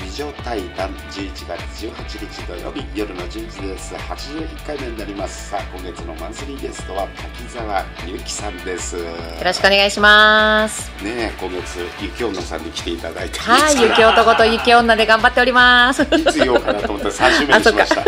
年間11月18日土曜日夜の10時です81回目になりますさあ今月のマンスリーゲストは滝沢由紀さんですよよろしくお願いします。ねえ今月雪女さんに来ていただいてはい、雪男と雪女で頑張っております。いつ言おうかなと思って3週目にしました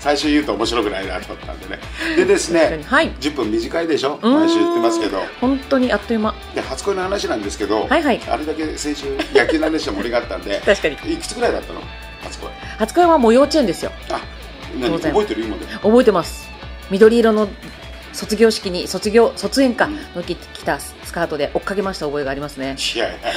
最初言うと面白くないなと思ったんでねでですねはい、 10分短いでしょ毎週言ってますけど本当にあっという間。で初恋の話なんですけど、はいはいあれだけ先週野球の話で盛り上がったんで確かに。いくつぐらいだったの初恋初恋はもう幼稚園ですよ。あ何当然覚えてる今で覚えてます。緑色の卒業式に卒業卒園かうんのき来たスカートで追っかけました覚えがありますね。いやいや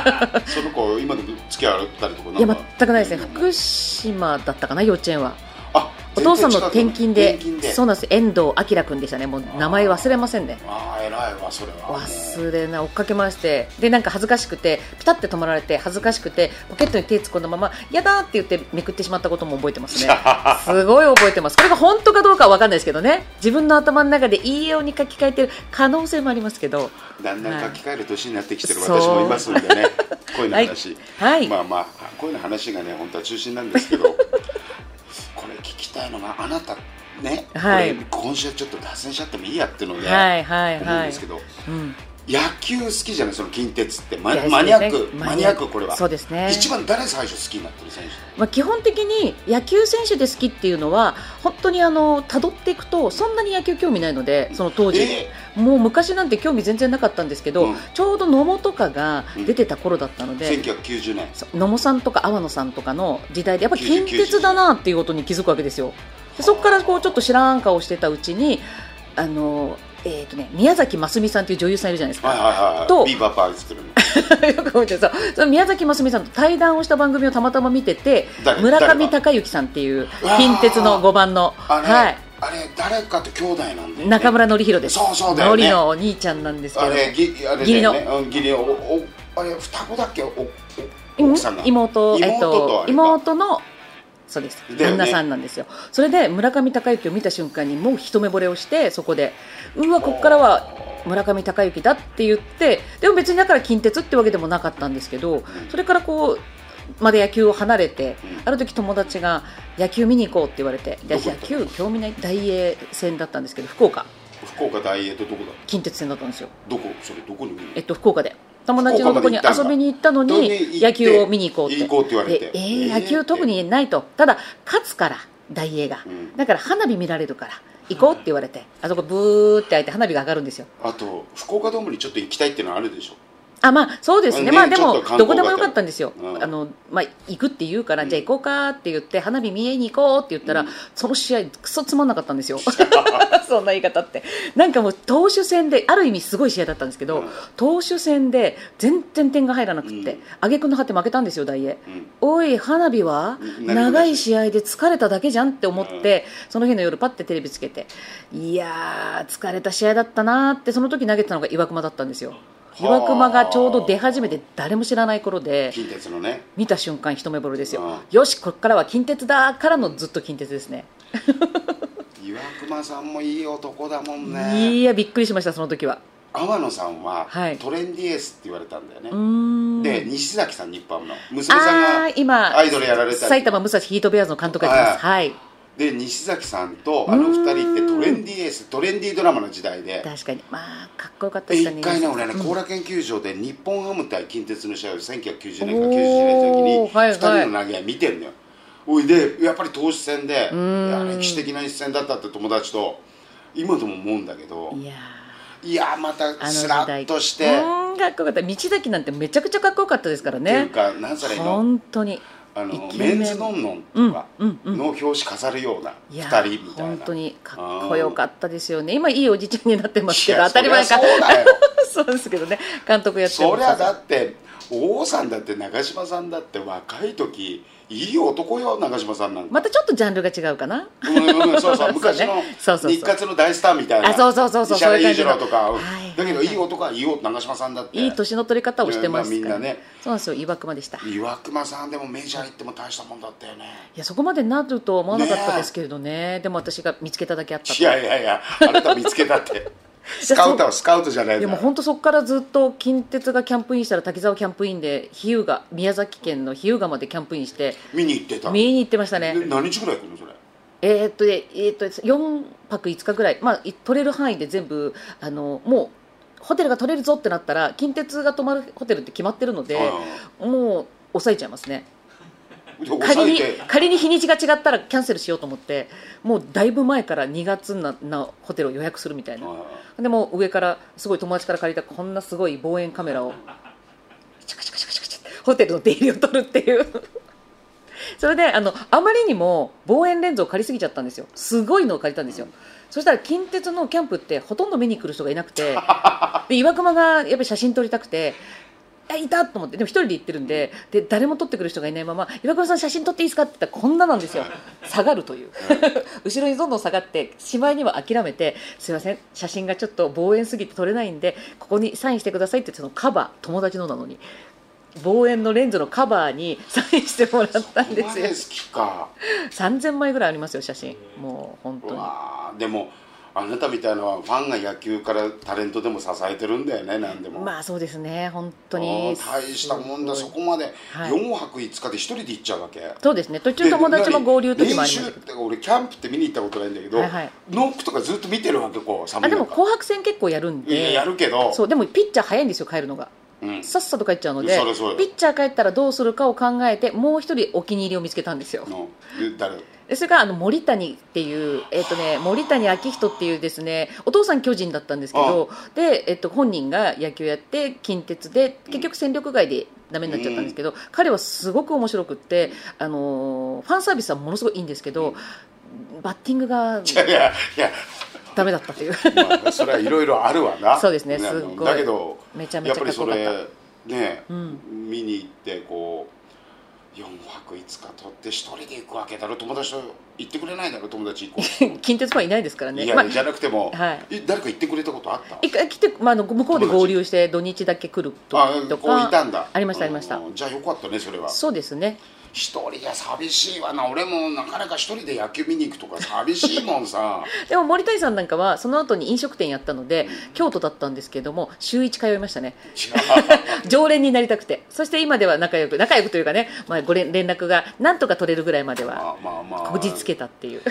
その子今でも付き合ったりとかいや全くないですね。福福島だったかな幼稚園は。あお父さんの転勤で、転勤でそうなんです。遠藤明君でしたね。もう名前忘れませんね。ああ偉いわそれは忘れない追っかけましてでなんか恥ずかしくてピタって止まられて恥ずかしくてポケットに手突っ込んだまま「やだ!」って言ってめくってしまったことも覚え てますねすごい覚えてますこれが本当かどうかは分かんないですけどね自分の頭の中でいいように書き換えてる可能性もありますけどだんだん書き換える年になってきてるはい私もいますんで ね恋の話、はい、まあまあ恋の話がね本当は中心なんです けどこれ聞きたいのがあなたね、はいこれ今週はちょっと脱線しちゃってもいいやっていうので、はいはい思うんはいですけどうん野球好きじゃないその近鉄ってマいやマニアッそうでクすねマニアックこれはそうですね一番誰最初好きになってる選手まあ、基本的に野球選手で好きっていうのは本当にあの辿っていくとそんなに野球興味ないのでその当時、えもう昔なんて興味全然なかったんですけど、うんちょうど野茂とかが出てた頃だったので、 1990年そう野茂さんとか天野さんとかの時代でやっぱ近鉄だなっていうことに気づくわけですよ。でそこからこうちょっと知らん顔してたうちにあの、えーとね、宮崎真澄さんっていう女優さんいるじゃないですか。はいはいはいとビーバーパー作るの よく覚えてるそうその宮崎真澄さんと対談をした番組をたまたま見てて誰村誰上が隆之さんっていううわー近鉄の5番の、あれ、はい、あれ誰かと兄弟なんだよ、ね、中村紀弘ですそうそうだよね紀のお兄ちゃんなんですけあどれぎあれ義理だよのねうん義理のおおあれ双子だっけおお奥さんが妹えっ妹ととあれか妹のそうですだよね旦那さんなんですよそれで村上隆之を見た瞬間にもう一目惚れをしてそこでうわここからは村上隆之だって言ってでも別にだから近鉄ってわけでもなかったんですけどそれからこうまで野球を離れてうんある時友達が野球見に行こうって言われてでどこ行野った球興味ない大英戦だったんですけど福岡福岡大英とどこだ近鉄戦だったんですよどこそれどこに見にえっと、福岡で友達のとこに福岡まで行ったんだ遊びに行ったのそれで行っにて野球を見に行こうって行こうって言われてでええー、ー野球特にないとただ勝つから大英が、うんだから花火見られるから行こうって言われてあそこブーって開いて花火が上がるんですよあと福岡ドームにちょっと行きたいっていうのはあるでしょあまあそうですねねまあでちょっもと観光どこでもよかったんですよ、うんあのまあ、行くって言うから、うんじゃあ行こうかって言って花火見えに行こうって言ったら、うんその試合クソつまんなかったんで すよそんな言い方ってなんかもう投手戦である意味すごい試合だったんですけど、うん投手戦で全然点が入らなくって、うん挙句の果て負けたんですよ大英うんおい花火はうん長い試合で疲れただけじゃんって思って、その日の夜パッてテレビつけていやー疲れた試合だったなーってその時投げてたのが岩隈だったんですよあ岩隈がちょうど出始めて誰も知らない頃で近鉄のね見た瞬間一目惚れですよあよしこっからは近鉄だからのずっと近鉄ですね岩隈さんもいい男だもんいねやびっくりしましたその時は天野さんは、はいトレンディエースって言われたんだよねうーんで西崎さん日ハムの娘さんあがー今アイドルやられたり埼玉武蔵ヒートベアーズの監督やってますはいで西崎さんとあの二人ってトレンディエーストレンディードラマの時代で確かにまあかっこよかったでですよね一回ね俺ね後楽園球場で日本ハム対近鉄の試合を1990年か90年のお時にーはい二はい人の投げ合い見てんのよおいでやっぱり投手戦でいんや歴史的な一戦だったって友達と今でも思うんだけどいやいやまたースラッとしてうーんかっこよかった道崎なんてめちゃくちゃかっこよかったですからっていうねか何歳の本当にあのイケメメンンズノンノンとかうんうんうんの表紙飾るようないや二人みたい本な当にかっこよかったですよね今いいおじちゃんになってますけいどや当たり前かそりゃそう だよそうですけどね監督やってそりゃだますって王さんだって長嶋さんだって若い時いい男よ長嶋さんなんか、またちょっとジャンルが違うかなうんうん、そうそう昔のそうそうそう日活の大スターみたいなあそうそうそうそう石原そうい裕う次感じ郎とのか、はいはいはいだけどいい男はいい男長嶋さんだっていい年の取り方をしてますかいらやまあみんなねそうなんですよ岩隈でしたい岩隈さんでもメジャー行っても大したもんだったよねやそこまでなるとは思わなかったですけれどねでも私が見つけただけあったと いやいやいやあなた見つけたってスカウトはスカウトじゃないでなもう本当そこからずっと近鉄がキャンプインしたら滝沢キャンプインで日向宮崎県の日向までキャンプインして見に行ってた見に行ってましたねで何日ぐらい来るのそれえーっとねえーっと4泊5日ぐらい、まあ、い取れる範囲で全部あのもうホテルが取れるぞってなったら近鉄が泊まるホテルって決まってるのでもう抑えちゃいますねうんで仮抑えにて仮に日にちが違ったらキャンセルしようと思ってもうだいぶ前から2月ななホテルを予約するみたいなあでも上からすごい友達から借りたこんなすごい望遠カメラをチャカチャカチャカチャカチャホテルの出入りを撮るっていう それであのあまりにも望遠レンズを借りすぎちゃったんですよすごいのを借りたんですよ、そしたら近鉄のキャンプってほとんど見に来る人がいなくてで岩隈がやっぱり写真撮りたくてあいたと思ってでも一人で行ってるんでで誰も撮ってくる人がいないまま岩倉さん写真撮っていいですかって言ったらこんななんですよ下がるという 後ろにどんどん下がってしまいには諦めてすいません写真がちょっと望遠すぎて撮れないんでここにサインしてくださいって言ってそのカバー友達のなのに望遠のレンズのカバーに サインしてもらったんーですよお前好きか3000枚ぐらいありますよ写真もう本当うにわーでもあなたみたいなのはファンが野球からタレントでも支えてるんだよね何でもまあそうですね本当あにー大したもんだすごそいこまではい4泊5日で一人で行っちゃうわけ、そうですね途中友達も合流の時もありま練す習ってか俺キャンプって見に行ったことないんだけど、はいはいノックとかずっと見てるわけこう寒あいでも中紅白戦結構やるんいやでやるけどそうでもピッチャー早いんですよ帰るのがうんさっさと帰っちゃうのでそりゃそうよピッチャー帰ったらどうするかを考えてもう一人お気に入りを見つけたんですよの誰 でそれがあの森谷っていう、えっとね、森谷昭仁っていうですねお父さん巨人だったんですけどで、えっと、本人が野球やって近鉄で結局戦力外でダメになっちゃったんですけど、彼はすごく面白くって、あのーファンサービスはものすごいいいんですけど、バッティングがいやいやいや、ダメだったというまあ、それはいろいろあるわなそうですねあのすっごいだけどめちゃめやっちゃぱかりっこそよかった。れね、うん 見に行ってこう4泊5日取って一人で行くわけだろ友達と行ってくれないだろ友達行こう近鉄ファンいないです からね、いや、まあじゃなくても、はいえ誰か行ってくれたことあった一回来て、まあ、あの向こうで合流して土日だけ来るあ時とこういたかんだありましたありましたうんじゃあよかったねそれはそうですね一人じゃ寂しいわな俺もなかなか一人で野球見に行くとか寂しいもん さでも森谷さんなんかはその後に飲食店やったので京都だったんですけども週1通いましたねいや常連になりたくてそして今では仲良く仲良くというかね、まあ、ご連連絡がなんとか取れるぐらいまではまあまあまあこじつけたっていう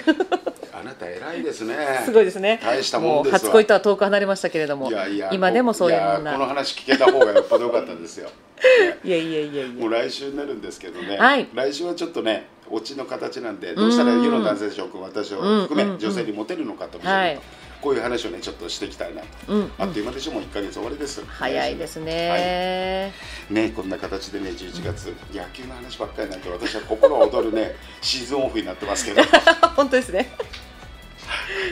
あなた偉いですねすごいですね大したもんですわう初恋とは遠く離れましたけれどもいやいや今でもそういうもんいやこなの話聞けた方がやっぱ良かったですよいやいやいやいもやう来週になるんですけどね、はい来週はちょっとねオチの形なんでどうしたら世の男性諸君私を含うんうんうめん女性にモテるのかと見せると、はいこういう話をねちょっとしていきたいなと、うんあっという間でしょもう1か月終わりです早いですはいね、ねこんな形でね11月野球の話ばっかりになって私は心躍る ねシーズンオフになってますけど本当ですね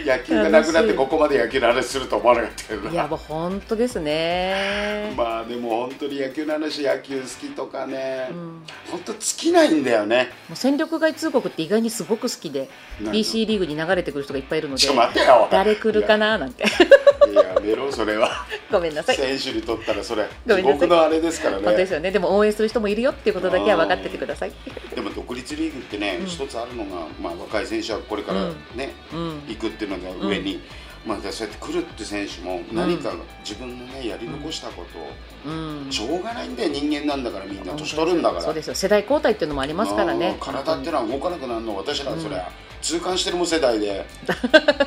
野球がなくなってここまで野球の話すると思わなかったけどいやなもう本当ですね、まあでも本当に野球の話野球好きとかね、うん本当尽きないんだよねもう戦力外通告って意外にすごく好きで何 BC リーグに流れてくる人がいっぱいいるのでちょっと待てよおい誰来るかななんて いややめろそれは ごめんなさい選手にとったらそれごめ地んなさい獄のあれですから本当でねすよねでも応援する人もいるよっていうことだけは分かっててくださいでも独立リーグってね、うん一つあるのが、まあ、若い選手はこれからね、うん行くっていうのが上に、まあ、そうやって来るって選手も何か自分のねやり残したことを、うんしょうがないんだよ人間なんだからみんな年取るんだからそうですよ世代交代っていうのもありますからねあー体ってのは動かなくなるの私らそりゃ、痛感してるもん世代で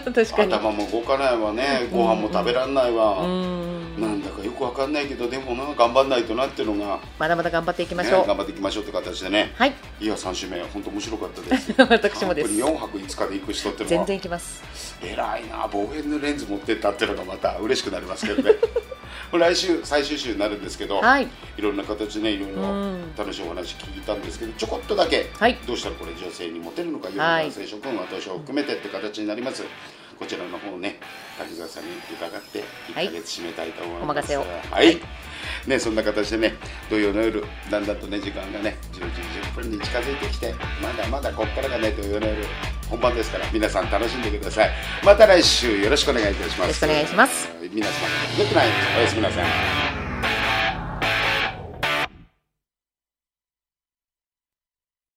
本当に 確かに頭も動かないわねご飯も食べらんないわ、うんなんだかよくわかんないけどでもな頑張んないとなっていうのが、ね、まだまだ頑張っていきましょう、頑張っていきましょうって形でねはい いや3週目本当面白かったです私もです4泊5日で行く人っての全は然いきます偉いな望遠のレンズ持ってったっていうのがまた嬉しくなりますけどね これ来週最終週になるんですけど、はいいろんな形でねいろいろうん楽しいお話聞いたんですけどちょこっとだけ、はいどうしたらこれ女性にモテるのか世のはい男性諸君私を含めてって形になりますこちらの方をね滝沢さんに伺っては1いヶ月締めたいと思いおま任す、せをはいねそんな形でね土曜の夜だんだんとね時間がね10時10分に近づいてきてまだまだこっからがね土曜の夜本番ですから皆さん楽しんでくださいまた来週よろしくお願いいたしますよろしくお願いします皆様良くないおやすみなさい